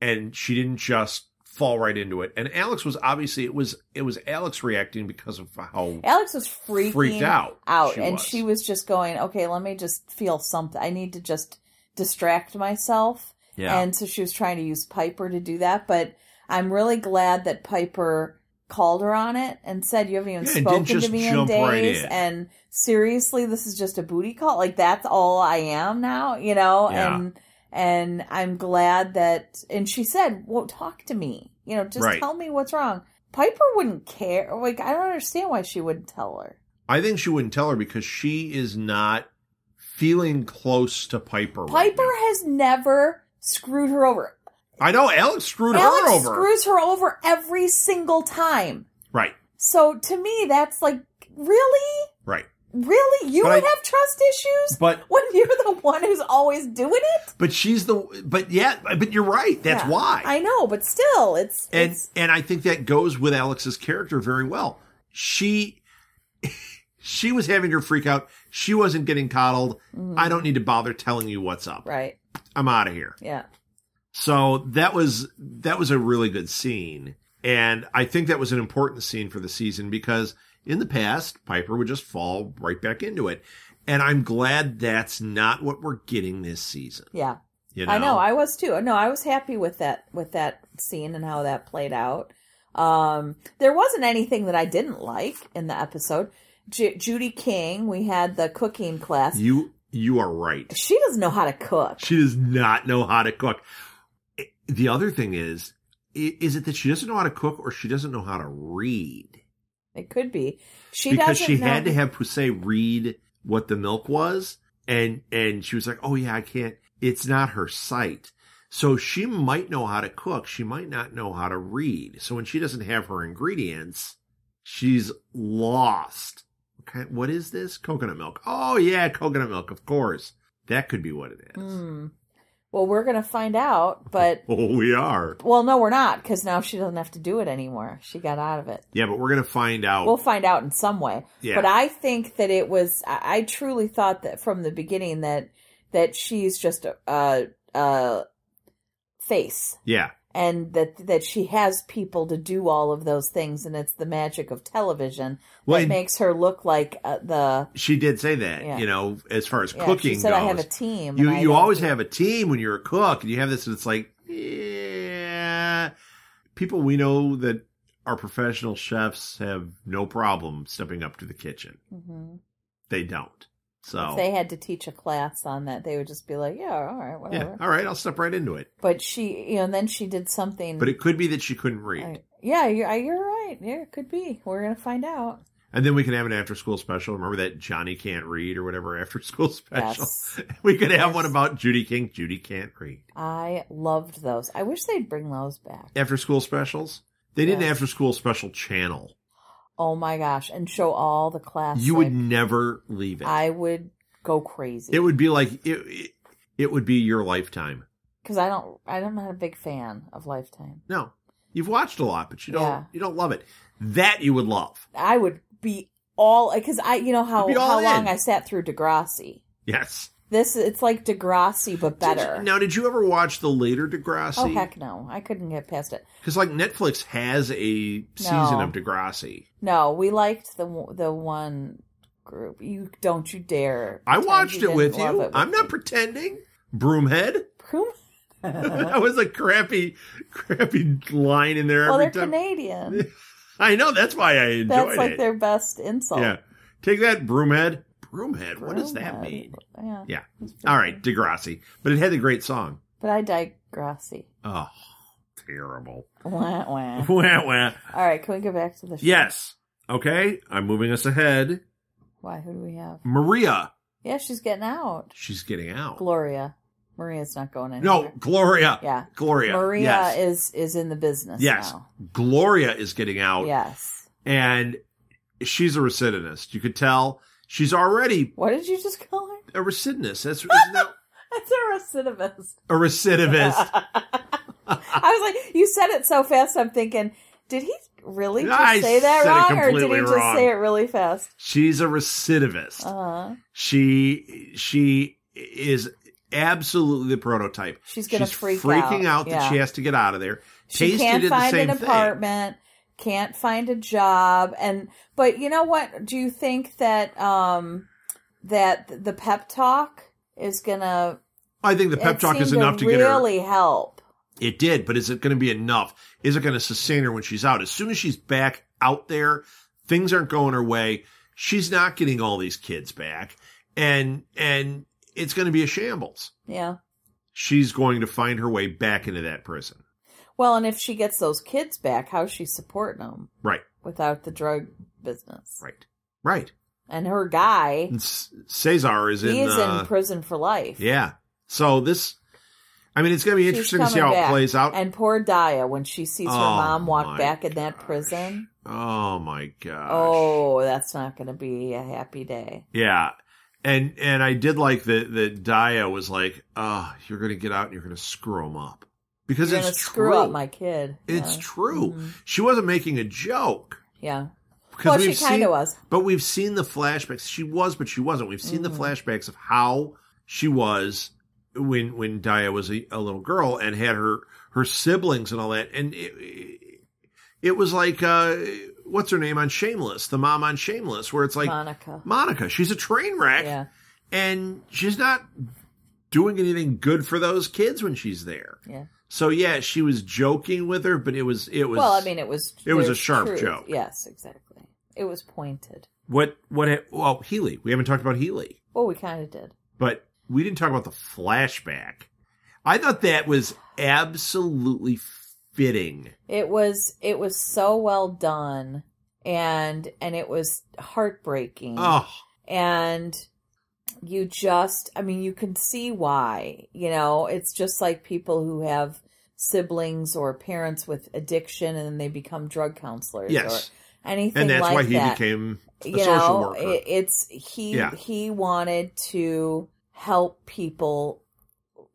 Speaker 1: and she didn't just fall right into it. And Alex was obviously it was it was Alex reacting because of how
Speaker 3: Alex was freaking
Speaker 1: freaked out
Speaker 3: out,
Speaker 1: she
Speaker 3: and
Speaker 1: was.
Speaker 3: she was just going, "Okay, let me just feel something. I need to just distract myself."
Speaker 1: yeah.
Speaker 3: And so she was trying to use Piper to do that, but I'm really glad that Piper called her on it and said, "You haven't even
Speaker 1: Yeah, and didn't
Speaker 3: spoken to
Speaker 1: just
Speaker 3: me in
Speaker 1: jump right
Speaker 3: days,"
Speaker 1: in.
Speaker 3: and seriously, this is just a booty call. Like that's all I am now, you know.
Speaker 1: Yeah.
Speaker 3: And and I'm glad that. And she said, "Won't talk to me. You know, just
Speaker 1: Right.
Speaker 3: tell me what's wrong." Piper wouldn't care. Like I don't understand why she wouldn't tell her.
Speaker 1: I think she wouldn't tell her because she is not feeling close to Piper. right
Speaker 3: Piper
Speaker 1: now.
Speaker 3: has never screwed her over.
Speaker 1: I know Alex screwed
Speaker 3: Alex
Speaker 1: her over.
Speaker 3: screws her over every single time.
Speaker 1: right,
Speaker 3: So to me, that's like, really?
Speaker 1: right.
Speaker 3: Really? You
Speaker 1: But
Speaker 3: would
Speaker 1: I-
Speaker 3: have trust issues
Speaker 1: But
Speaker 3: <laughs> when you're the one who's always doing it?
Speaker 1: but she's the but yeah but you're right. That's
Speaker 3: Yeah.
Speaker 1: why.
Speaker 3: I know, but still, it's.
Speaker 1: and
Speaker 3: it's
Speaker 1: and I think that goes with Alex's character very well. She <laughs> she was having her freak out. She wasn't getting coddled. I don't need to bother telling you what's up.
Speaker 3: right.
Speaker 1: I'm out of here.
Speaker 3: Yeah.
Speaker 1: So that was that was a really good scene, and I think that was an important scene for the season because in the past Piper would just fall right back into it, and I'm glad that's not what we're getting this season.
Speaker 3: Yeah.
Speaker 1: You
Speaker 3: I know. I was too. No, I was happy with that with that scene and how that played out. Um, there wasn't anything that I didn't like in the episode. Ju- Judy King, we had the cooking class.
Speaker 1: you you are right.
Speaker 3: she doesn't know how to cook.
Speaker 1: She does not know how to cook. I- The other thing is, i- is it that she doesn't know how to cook or she doesn't know how to read?
Speaker 3: It could be she
Speaker 1: because
Speaker 3: doesn't
Speaker 1: she
Speaker 3: know-
Speaker 1: had to have Poussey read what the milk was, and and she was like, "Oh yeah, I can't. It's not her sight." So she might know how to cook. She might not know how to read. So when she doesn't have her ingredients, she's lost. Okay, what is this? Coconut milk. Oh yeah, coconut milk. Of course, that could be what it is.
Speaker 3: Hmm. Well, we're gonna find out, but
Speaker 1: Oh, we are.
Speaker 3: well, no, we're not because now she doesn't have to do it anymore. She got out of it.
Speaker 1: Yeah, but we're gonna find out.
Speaker 3: We'll find out in some way.
Speaker 1: Oh. yeah,
Speaker 3: But I think that it was. I, I truly thought that from the beginning that that she's just a, a, a face,
Speaker 1: yeah.
Speaker 3: and that that she has people to do all of those things, and it's the magic of television
Speaker 1: Well,
Speaker 3: that
Speaker 1: and
Speaker 3: makes her look like uh, the.
Speaker 1: she did say that.
Speaker 3: Yeah.
Speaker 1: You know, as far as
Speaker 3: Yeah,
Speaker 1: cooking
Speaker 3: she said,
Speaker 1: goes,
Speaker 3: "I have a team."
Speaker 1: you
Speaker 3: and I
Speaker 1: you
Speaker 3: don't
Speaker 1: always
Speaker 3: do-
Speaker 1: have a team when you're a cook, and you have this, and it's like, yeah, people we know that are professional chefs have no problem stepping up to the kitchen.
Speaker 3: Mhm.
Speaker 1: They don't. So
Speaker 3: If they had to teach a class on that, they would just be like, "Yeah, all right, whatever."
Speaker 1: yeah, all right, I'll step right into it.
Speaker 3: But she, you know, and then she did something.
Speaker 1: But it could be that she couldn't read,
Speaker 3: I- yeah, you're, I- you're right. Yeah, it could be. We're gonna find out.
Speaker 1: <laughs> and then we can have an after-school special. Remember that Johnny can't read or whatever after-school <laughs> special.
Speaker 3: Yes.
Speaker 1: We could have one
Speaker 3: Yes.
Speaker 1: about Judy King. Judy can't read.
Speaker 3: I loved those. I wish they'd bring those back.
Speaker 1: After-school specials. They did an
Speaker 3: Yes.
Speaker 1: after-school special channel.
Speaker 3: Oh my gosh, and show all the classic.
Speaker 1: You would never leave it.
Speaker 3: I would go crazy
Speaker 1: It would be like it, it. It would be your lifetime.
Speaker 3: because I don't. I'm not a big fan of Lifetime.
Speaker 1: No, you've watched a lot, but you don't.
Speaker 3: Yeah.
Speaker 1: You don't love it. That you would love.
Speaker 3: I would be all because I, you know how
Speaker 1: You'd be all
Speaker 3: how long
Speaker 1: in.
Speaker 3: I sat through Degrassi.
Speaker 1: Yes.
Speaker 3: This it's like Degrassi but
Speaker 1: Did you-
Speaker 3: better.
Speaker 1: now, did you ever watch the later
Speaker 3: oh
Speaker 1: Degrassi?
Speaker 3: heck no, I couldn't get past it.
Speaker 1: Because like Netflix has a season of Degrassi.
Speaker 3: No, we liked the w- the one group. You don't you dare.
Speaker 1: I
Speaker 3: pretend
Speaker 1: watched it
Speaker 3: didn't
Speaker 1: with
Speaker 3: love
Speaker 1: you. I'm not
Speaker 3: me. Uh-huh.
Speaker 1: pretending. Broomhead. <laughs>
Speaker 3: well,
Speaker 1: that was a crappy, crappy line in there every
Speaker 3: they're
Speaker 1: time. <laughs>
Speaker 3: Canadian.
Speaker 1: I know. That's why I enjoyed
Speaker 3: That's like
Speaker 1: it.
Speaker 3: their best insult.
Speaker 1: yeah. Take that, Broomhead. Broomhead. What does that
Speaker 3: Broomhead.
Speaker 1: mean?
Speaker 3: Yeah.
Speaker 1: Yeah. All right, Degrassi. But it had the great song.
Speaker 3: But I digressy.
Speaker 1: Oh, terrible. <laughs>
Speaker 3: Wah, wah.
Speaker 1: Wah, wah.
Speaker 3: All right, can we go back to the show?
Speaker 1: Yes. Okay, I'm moving us ahead.
Speaker 3: Why? Who do we have?
Speaker 1: Maria.
Speaker 3: Yeah, she's getting out.
Speaker 1: She's getting out.
Speaker 3: Gloria. Maria's not going anywhere.
Speaker 1: no, Gloria.
Speaker 3: Yeah.
Speaker 1: Gloria.
Speaker 3: Maria
Speaker 1: yes.
Speaker 3: is is in the business
Speaker 1: Yes. Oh.
Speaker 3: now.
Speaker 1: Gloria is getting out.
Speaker 3: Yes.
Speaker 1: And she's a recidivist. You could tell she's already
Speaker 3: What did you just call her?
Speaker 1: a recidivist.
Speaker 3: <laughs>
Speaker 1: That's isn't that
Speaker 3: That's a recidivist.
Speaker 1: a recidivist.
Speaker 3: I was like, you said it so fast. I'm thinking, did he really just
Speaker 1: I
Speaker 3: say that
Speaker 1: said it
Speaker 3: wrong, or did he
Speaker 1: completely
Speaker 3: just
Speaker 1: wrong.
Speaker 3: say it really fast?
Speaker 1: She's a recidivist.
Speaker 3: Uh,
Speaker 1: she she is absolutely the prototype.
Speaker 3: she's gonna
Speaker 1: She's
Speaker 3: freak
Speaker 1: freaking out,
Speaker 3: out
Speaker 1: that
Speaker 3: yeah.
Speaker 1: she has to get out of there.
Speaker 3: she
Speaker 1: Tasty
Speaker 3: can't
Speaker 1: did the
Speaker 3: find
Speaker 1: same
Speaker 3: an
Speaker 1: thing.
Speaker 3: apartment can't find a job and but you know what do you think that um that the pep talk is gonna
Speaker 1: I think the pep
Speaker 3: it
Speaker 1: talk is
Speaker 3: seemed
Speaker 1: enough to get her.
Speaker 3: really help
Speaker 1: It did, but is it going to be enough? Is it going to sustain her when she's out? As soon as she's back out there, things aren't going her way. She's not getting all these kids back, and and it's going to be a shambles.
Speaker 3: yeah
Speaker 1: She's going to find her way back into that prison.
Speaker 3: well and if she gets those kids back how's she supporting them
Speaker 1: Right,
Speaker 3: without the drug business
Speaker 1: right, right.
Speaker 3: and her guy
Speaker 1: And S- Cesar is in.
Speaker 3: he is
Speaker 1: uh,
Speaker 3: in prison for life
Speaker 1: Yeah. So this, I mean, it's going to be
Speaker 3: She's
Speaker 1: interesting to see how
Speaker 3: coming
Speaker 1: it
Speaker 3: back.
Speaker 1: plays out.
Speaker 3: and poor Daya, when she sees her
Speaker 1: Oh,
Speaker 3: mom
Speaker 1: my
Speaker 3: walk back in that
Speaker 1: gosh.
Speaker 3: prison,
Speaker 1: oh my gosh.
Speaker 3: oh, that's not going to be a happy day.
Speaker 1: Yeah. And and I did like that that Daya was like, "Oh, you're going to get out and you're going to screw him up." Because
Speaker 3: You're gonna
Speaker 1: it's
Speaker 3: screw
Speaker 1: true.
Speaker 3: up my kid.
Speaker 1: It's
Speaker 3: yeah.
Speaker 1: true.
Speaker 3: Mhm.
Speaker 1: She wasn't making a joke.
Speaker 3: Yeah.
Speaker 1: Because
Speaker 3: Well, she
Speaker 1: we've
Speaker 3: kind
Speaker 1: seen-
Speaker 3: of was.
Speaker 1: But we've seen the flashbacks. She was, but she wasn't. We've seen
Speaker 3: Mhm.
Speaker 1: the flashbacks of how she was when when Daya was a, a little girl and had her her siblings and all that. And it, it was like uh, what's her name on Shameless, the mom on Shameless, where it's like
Speaker 3: Monica.
Speaker 1: Monica. She's a train wreck,
Speaker 3: Yeah.
Speaker 1: and she's not doing anything good for those kids when she's there.
Speaker 3: Yeah.
Speaker 1: So yeah, she was joking with her, but it was it was
Speaker 3: well, I mean, it was
Speaker 1: It was a
Speaker 3: there's
Speaker 1: sharp joke.
Speaker 3: Yes, exactly. It was pointed.
Speaker 1: what what ha- well, Healy. We haven't talked about Healy.
Speaker 3: Well, we kind of did.
Speaker 1: but we didn't talk about the flashback. I thought that was absolutely fitting.
Speaker 3: It was it was so well done, and and it was heartbreaking.
Speaker 1: Oh,
Speaker 3: and you just i mean you can see why you know it's just like people who have siblings or parents with addiction and then they become drug counselors
Speaker 1: yes.
Speaker 3: or anything
Speaker 1: And that's
Speaker 3: like
Speaker 1: why he
Speaker 3: that
Speaker 1: became a
Speaker 3: you
Speaker 1: social
Speaker 3: know
Speaker 1: worker.
Speaker 3: it- it's he
Speaker 1: Yeah.
Speaker 3: he wanted to help people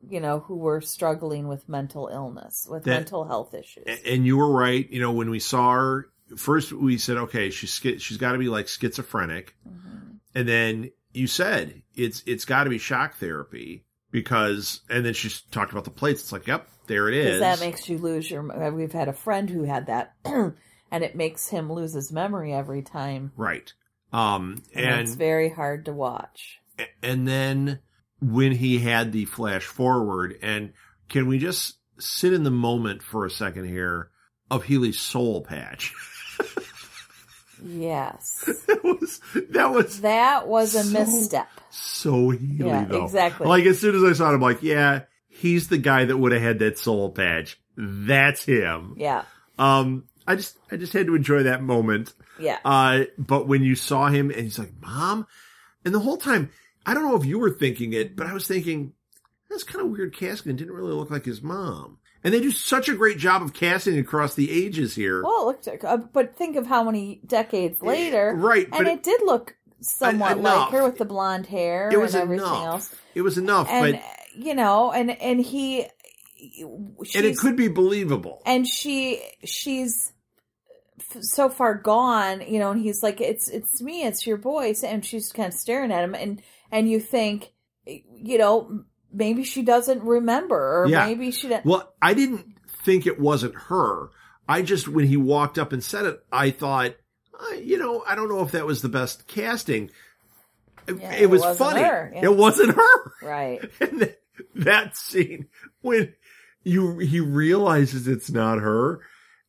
Speaker 3: you know who were struggling with mental illness with
Speaker 1: That-
Speaker 3: mental health issues
Speaker 1: A- and you were right. You know, when we saw her, first we said, okay, she's, schi- she's got to be like schizophrenic.
Speaker 3: Mhm.
Speaker 1: And then you said it's it's got to be shock therapy because, and then she talked about the plates. It's like, yep, there it
Speaker 3: Because
Speaker 1: is.
Speaker 3: that makes you lose your. We've had a friend who had that, <clears throat> and it makes him lose his memory every time,
Speaker 1: right. Um,
Speaker 3: and, it's
Speaker 1: and
Speaker 3: very hard to watch.
Speaker 1: and then when he had the flash forward and can we just sit in the moment for a second here of Healy's soul patch <laughs>
Speaker 3: Yes,
Speaker 1: that was that was
Speaker 3: that was a
Speaker 1: So-
Speaker 3: misstep.
Speaker 1: so Healy
Speaker 3: Yeah,
Speaker 1: though
Speaker 3: exactly.
Speaker 1: like as soon as I saw it I'm like yeah he's the guy that would have had that soul patch that's him
Speaker 3: Yeah,
Speaker 1: um I just I just had to enjoy that moment
Speaker 3: yeah.
Speaker 1: Uh, but when you saw him and he's like, Mom, and the whole time, I don't know if you were thinking it, but I was thinking, that's kind of weird casting. It didn't really look like his mom. And they do such a great job of casting across the ages here.
Speaker 3: Well, it looked, uh, but think of how many decades later,
Speaker 1: Eh, right,
Speaker 3: And
Speaker 1: but
Speaker 3: it, did look somewhat like
Speaker 1: enough.
Speaker 3: her with the blonde hair
Speaker 1: it was
Speaker 3: and everything
Speaker 1: enough.
Speaker 3: else,
Speaker 1: It was enough,
Speaker 3: and uh,
Speaker 1: but,
Speaker 3: you know, and and he,
Speaker 1: and it
Speaker 3: she's-
Speaker 1: could be believable.
Speaker 3: and she she's f- so far gone you know and he's like it's it's me it's your voice and she's kind of staring at him and and you think you know maybe she doesn't remember or
Speaker 1: Yeah.
Speaker 3: maybe she doesn't
Speaker 1: Well, I didn't think it wasn't her. I just, when he walked up and said it, I thought, I, you know, I don't know if that was the best casting. It-
Speaker 3: Yeah,
Speaker 1: it,
Speaker 3: it
Speaker 1: was
Speaker 3: wasn't
Speaker 1: funny.
Speaker 3: her, yeah.
Speaker 1: It wasn't her.
Speaker 3: right
Speaker 1: <laughs> And th- that scene when you he realizes it's not her,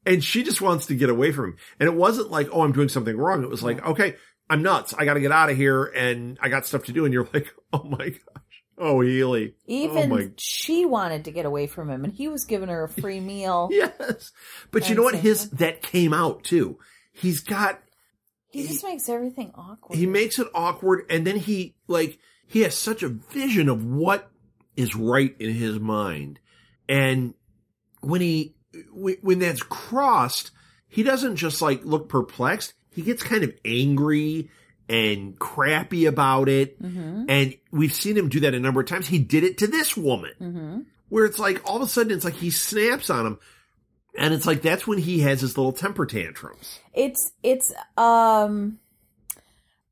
Speaker 1: and she just wants to get away from him. And it wasn't like, oh, I'm doing something wrong. It was like, okay, I'm nuts. I got to get out of here, and I got stuff to do. And you're <laughs> like, oh my gosh, oh Healy,
Speaker 3: even
Speaker 1: oh
Speaker 3: <laughs>
Speaker 1: my,
Speaker 3: she wanted to get away from him and he was giving her a
Speaker 1: <laughs>
Speaker 3: free meal
Speaker 1: yes. But you know what? His that came out too. He's got
Speaker 3: he just makes everything awkward
Speaker 1: he makes it awkward, and then he like he has such a vision of what is right in his mind, and when he wh- when that's crossed, he doesn't just like look perplexed. He gets kind of angry and crappy about it,
Speaker 3: mm-hmm.
Speaker 1: and we've seen him do that a number of times. He did it to this woman
Speaker 3: Mm-hmm.
Speaker 1: where it's like all of a sudden it's like he snaps on him and it's like that's when he has his little temper tantrums
Speaker 3: it's it's um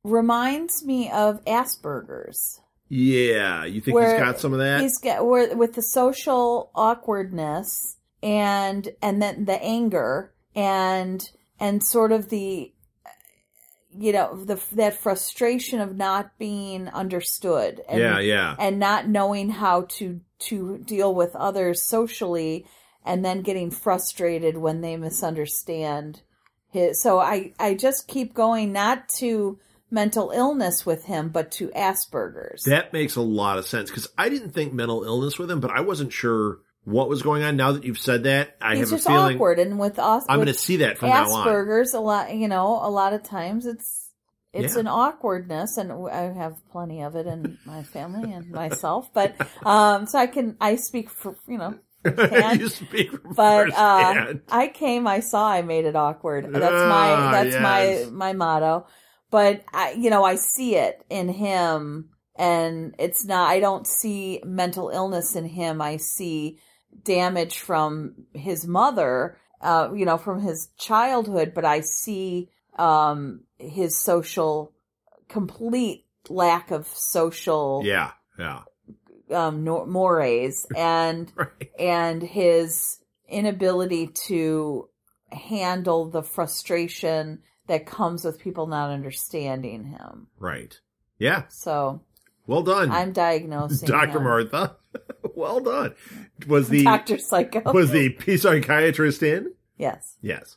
Speaker 3: reminds me of asperger's
Speaker 1: yeah you think
Speaker 3: Where
Speaker 1: he's got some of that
Speaker 3: he's got where with the social awkwardness and and then the anger and and sort of the you know the that frustration of not being understood and
Speaker 1: yeah yeah
Speaker 3: and not knowing how to to deal with others socially and then getting frustrated when they misunderstand his so i i just keep going not to mental illness with him but to asperger's
Speaker 1: that makes a lot of sense because i didn't think mental illness with him but i wasn't sure what was going on now that you've said that i
Speaker 3: he's
Speaker 1: have a
Speaker 3: just
Speaker 1: feeling
Speaker 3: awkward and with us
Speaker 1: i'm going to
Speaker 3: with
Speaker 1: see that from now on
Speaker 3: asperger's a lot you know a lot of times it's it's
Speaker 1: Yeah.
Speaker 3: an awkwardness and i have plenty of it in my family and myself but <laughs> um so i can i speak for you know
Speaker 1: <laughs>
Speaker 3: can't.
Speaker 1: you speak from
Speaker 3: but
Speaker 1: first
Speaker 3: uh
Speaker 1: hand.
Speaker 3: i came i saw i made it awkward that's
Speaker 1: Ah,
Speaker 3: my that's
Speaker 1: yes.
Speaker 3: my my motto but i you know i see it in him and it's not i don't see mental illness in him i see damage from his mother uh you know from his childhood but i see um his social complete lack of social
Speaker 1: yeah yeah <laughs>
Speaker 3: um nor- mores and
Speaker 1: right
Speaker 3: and his inability to handle the frustration that comes with people not understanding him.
Speaker 1: right yeah
Speaker 3: So
Speaker 1: Well done,
Speaker 3: I'm diagnosing
Speaker 1: Doctor
Speaker 3: him. <laughs>
Speaker 1: Martha. <laughs> well done. Was the
Speaker 3: Doctor Psycho.
Speaker 1: was the psychiatrist in?
Speaker 3: yes.
Speaker 1: Yes.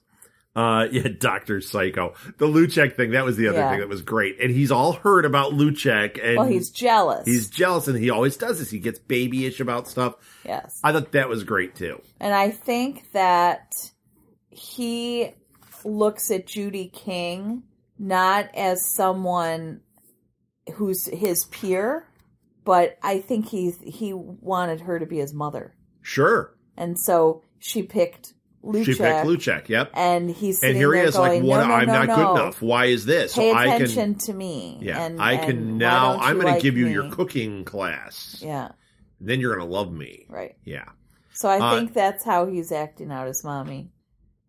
Speaker 1: Uh, yeah, <laughs> Doctor Psycho. The Luchek thing. That was the other
Speaker 3: Yeah.
Speaker 1: thing that was great. And he's all heard about Luchek, and
Speaker 3: Well, he's jealous.
Speaker 1: he's jealous, and he always does this. He gets babyish about stuff.
Speaker 3: yes.
Speaker 1: I thought that was great too.
Speaker 3: And I think that he looks at Judy King not as someone who's his peer, but I think he he wanted her to be his mother.
Speaker 1: Sure,
Speaker 3: And so she picked Luchek.
Speaker 1: she picked Luchek. Yep.
Speaker 3: And he's
Speaker 1: And
Speaker 3: sitting
Speaker 1: here he
Speaker 3: there
Speaker 1: is, like,
Speaker 3: going,
Speaker 1: what?
Speaker 3: no, no,
Speaker 1: I'm
Speaker 3: no,
Speaker 1: not
Speaker 3: no.
Speaker 1: good enough. Why is this?
Speaker 3: Pay
Speaker 1: I can.
Speaker 3: attention to me.
Speaker 1: Yeah,
Speaker 3: and-
Speaker 1: I
Speaker 3: and why
Speaker 1: can now.
Speaker 3: don't
Speaker 1: I'm
Speaker 3: you
Speaker 1: going
Speaker 3: like
Speaker 1: to give you
Speaker 3: me?"
Speaker 1: your cooking class.
Speaker 3: Yeah,
Speaker 1: Then you're going to love me.
Speaker 3: right.
Speaker 1: Yeah.
Speaker 3: So I
Speaker 1: Uh,
Speaker 3: think that's how he's acting out his mommy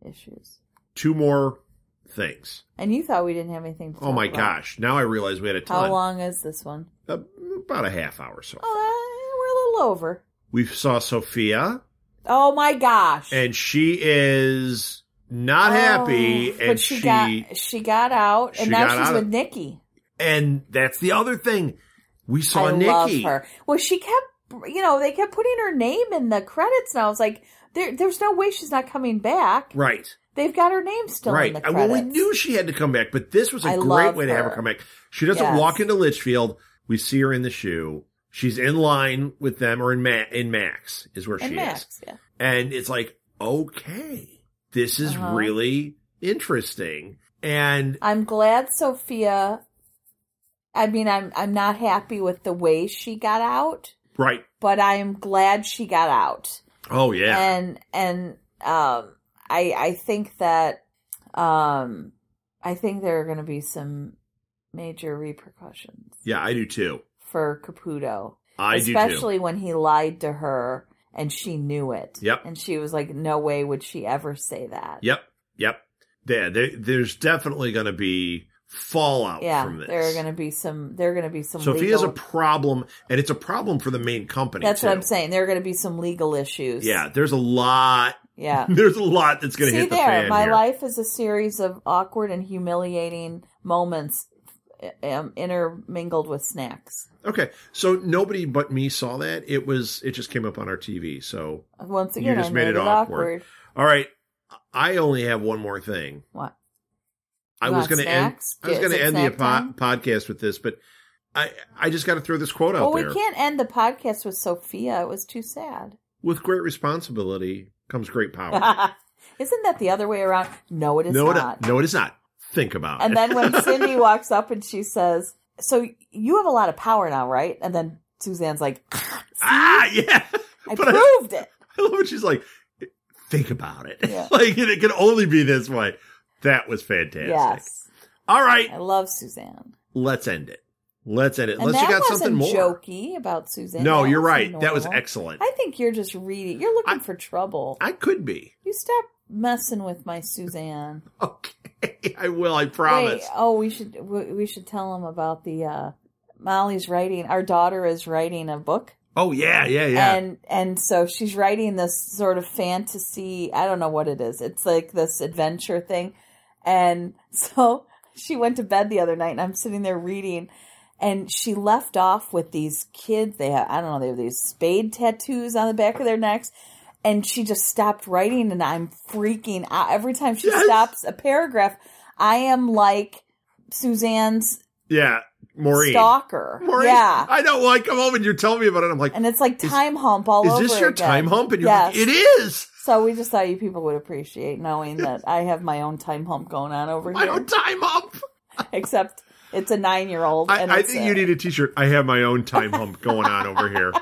Speaker 3: issues.
Speaker 1: Two more things.
Speaker 3: And you thought we didn't have anything. to
Speaker 1: Oh
Speaker 3: talk
Speaker 1: my
Speaker 3: about.
Speaker 1: gosh! Now I realize we had a
Speaker 3: How
Speaker 1: ton.
Speaker 3: long is this one?
Speaker 1: A- about a half hour or so.
Speaker 3: Oh, uh, we're a little over.
Speaker 1: We saw Sophia,
Speaker 3: Oh my gosh!
Speaker 1: and she is not
Speaker 3: Oh,
Speaker 1: happy,
Speaker 3: but
Speaker 1: and
Speaker 3: she,
Speaker 1: she,
Speaker 3: got she got out, and
Speaker 1: she
Speaker 3: now
Speaker 1: got
Speaker 3: she's
Speaker 1: out
Speaker 3: with
Speaker 1: of-
Speaker 3: Nikki.
Speaker 1: and that's the other thing. We saw
Speaker 3: I
Speaker 1: Nikki.
Speaker 3: love her. Well, she kept, you know, they kept putting her name in the credits, and I was like, there, there's no way she's not coming back.
Speaker 1: Right.
Speaker 3: They've got her name still in
Speaker 1: right.
Speaker 3: the
Speaker 1: And
Speaker 3: credits.
Speaker 1: Well, we knew she had to come back, but this was a
Speaker 3: I
Speaker 1: great
Speaker 3: love
Speaker 1: way to have her
Speaker 3: her.
Speaker 1: come back. She doesn't
Speaker 3: Yes.
Speaker 1: walk into Litchfield. We see her in the shoe. She's in line with them, or in Ma- in Max is where
Speaker 3: and
Speaker 1: she is,
Speaker 3: Max, yeah.
Speaker 1: and it's like, okay, this is
Speaker 3: Uh-huh.
Speaker 1: really interesting. And
Speaker 3: I'm glad Sophia. I mean, I'm I'm not happy with the way she got out,
Speaker 1: right,
Speaker 3: but I'm glad she got out.
Speaker 1: oh yeah,
Speaker 3: and and um i i think that um i think there are going to be some major repercussions
Speaker 1: yeah, I do too.
Speaker 3: for caputo
Speaker 1: I do
Speaker 3: especially when he lied to her and she knew it
Speaker 1: Yep.
Speaker 3: and she was like no way would she ever say that
Speaker 1: too. Yep, yep. There, there there's definitely going to be fallout
Speaker 3: yeah
Speaker 1: from this.
Speaker 3: there are going to be some there are going to be some
Speaker 1: Sophia's
Speaker 3: legal,
Speaker 1: a problem, and it's a problem for the main company.
Speaker 3: that's what
Speaker 1: too.
Speaker 3: i'm saying there are going to be some legal issues
Speaker 1: Yeah, there's a lot. <laughs>
Speaker 3: yeah
Speaker 1: There's a lot that's going to
Speaker 3: See
Speaker 1: hit the
Speaker 3: there,
Speaker 1: fan
Speaker 3: my
Speaker 1: here.
Speaker 3: life is a series of awkward and humiliating moments um, intermingled with snacks.
Speaker 1: Okay, so nobody but me saw that. It was it just came up on our TV. So
Speaker 3: Once
Speaker 1: You
Speaker 3: again,
Speaker 1: just
Speaker 3: I
Speaker 1: made
Speaker 3: made,
Speaker 1: it
Speaker 3: it
Speaker 1: awkward.
Speaker 3: awkward.
Speaker 1: all right, I only have one more thing.
Speaker 3: What?
Speaker 1: I
Speaker 3: You
Speaker 1: was
Speaker 3: want
Speaker 1: going to end.
Speaker 3: snacks?
Speaker 1: I was
Speaker 3: Is
Speaker 1: going to
Speaker 3: it
Speaker 1: end the
Speaker 3: snack
Speaker 1: po- podcast with this, but I I just got to throw this quote
Speaker 3: Well,
Speaker 1: out there.
Speaker 3: we can't end the podcast with Sophia. It was too sad.
Speaker 1: With great responsibility comes
Speaker 3: <laughs>
Speaker 1: great power.
Speaker 3: Isn't that the other way around? No, it is
Speaker 1: no,
Speaker 3: not.
Speaker 1: it no, it is not. Think about
Speaker 3: And
Speaker 1: it. <laughs>
Speaker 3: then when Cindy walks up and she says, "So you have a lot of power now, right?" And then Suzanne's like,
Speaker 1: ah, yeah. <laughs>
Speaker 3: "I
Speaker 1: But I-
Speaker 3: proved it."
Speaker 1: I love when she's like, think about it.
Speaker 3: Yeah.
Speaker 1: <laughs> like it, can only be this way. That was fantastic.
Speaker 3: Yes,
Speaker 1: All right,
Speaker 3: I love Suzanne.
Speaker 1: let's end it. Let's end it.
Speaker 3: and
Speaker 1: Unless
Speaker 3: that
Speaker 1: you got
Speaker 3: wasn't
Speaker 1: something more.
Speaker 3: jokey about Suzanne.
Speaker 1: No,
Speaker 3: That
Speaker 1: you're
Speaker 3: was
Speaker 1: right. That was
Speaker 3: normal.
Speaker 1: excellent. I,
Speaker 3: I think you're just reading. You're looking
Speaker 1: I-
Speaker 3: for trouble.
Speaker 1: could be. <laughs>
Speaker 3: you stop messing with my Suzanne.
Speaker 1: Okay, I will. I promise.
Speaker 3: Wait, oh, we should we we should tell him about the uh, Molly's writing. Our daughter is writing a book,
Speaker 1: Oh yeah, yeah, yeah.
Speaker 3: and and so she's writing this sort of fantasy. I don't know what it is. It's like this adventure thing, and <laughs> so she went to bed the other night, and I'm sitting there reading. And she left off with these kids. They have, I don't know, they have these spade tattoos on the back of their necks. And she just stopped writing, and I'm freaking out. Every time she
Speaker 1: Yes.
Speaker 3: stops a paragraph, I am like Suzanne's
Speaker 1: yeah, Maureen.
Speaker 3: stalker.
Speaker 1: Maureen.
Speaker 3: Yeah.
Speaker 1: I know. Well, I come home and you're telling me about it. I'm like,
Speaker 3: And it's like time hump all
Speaker 1: is
Speaker 3: over.
Speaker 1: this your
Speaker 3: again.
Speaker 1: time hump? And you're
Speaker 3: Yes.
Speaker 1: like, it is
Speaker 3: So we just thought you people would appreciate knowing that I have my own time hump going on over
Speaker 1: my
Speaker 3: here.
Speaker 1: own time hump.
Speaker 3: Except it's a nine year old.
Speaker 1: I, I think you need a T-shirt. I have my own time hump going on over
Speaker 3: <laughs>
Speaker 1: here.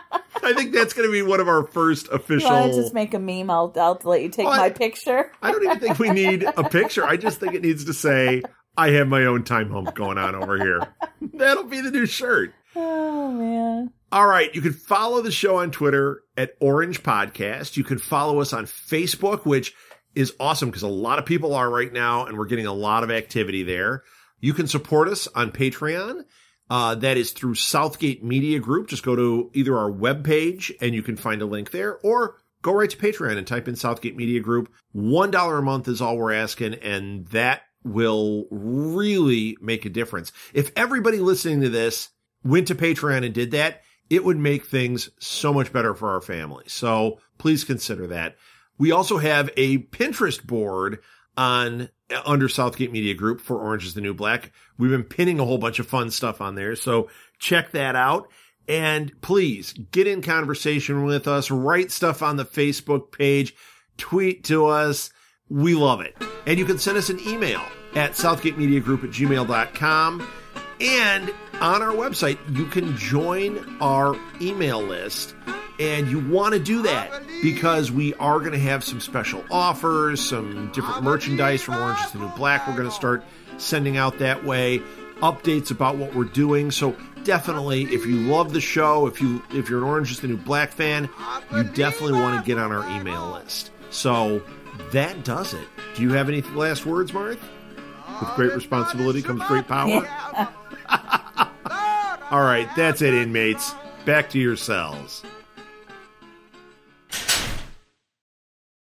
Speaker 1: I think that's going to be one of our first
Speaker 3: You want to
Speaker 1: official.
Speaker 3: just make a meme? I'll, I'll let you take
Speaker 1: Well, I-
Speaker 3: my picture.
Speaker 1: I don't even think we need a picture. I just think it needs to say, "I have my own time hump going on over here." That'll be the new shirt.
Speaker 3: Oh, man.
Speaker 1: All right, you can follow the show on Twitter at Orange Podcast. You can follow us on Facebook, which is awesome because a lot of people are right now, and we're getting a lot of activity there. You can support us on Patreon. Uh, that is through Southgate Media Group. Just go to either our webpage and you can find a link there, or go right to Patreon and type in Southgate Media Group. One dollar a month is all we're asking, and that will really make a difference. If everybody listening to this went to Patreon and did that, it would make things so much better for our family. So please consider that. We also have a Pinterest board on uh, under Southgate Media Group for Orange is the New Black. We've been pinning a whole bunch of fun stuff on there. So check that out. And please get in conversation with us, write stuff on the Facebook page, tweet to us. We love it. And you can send us an email at southgatemediagroup at gmail.com. And on our website, you can join our email list. And you want to do that because we are going to have some special offers, some different merchandise from Orange is the New Black. We're going to start sending out that way updates about what we're doing. So definitely, if you love the show, if you if you're an Orange is the New Black fan, you definitely want to get on our email list. So that does it. Do you have any last words, Mark? With great responsibility comes great power. All right, that's it, inmates. Back to your cells.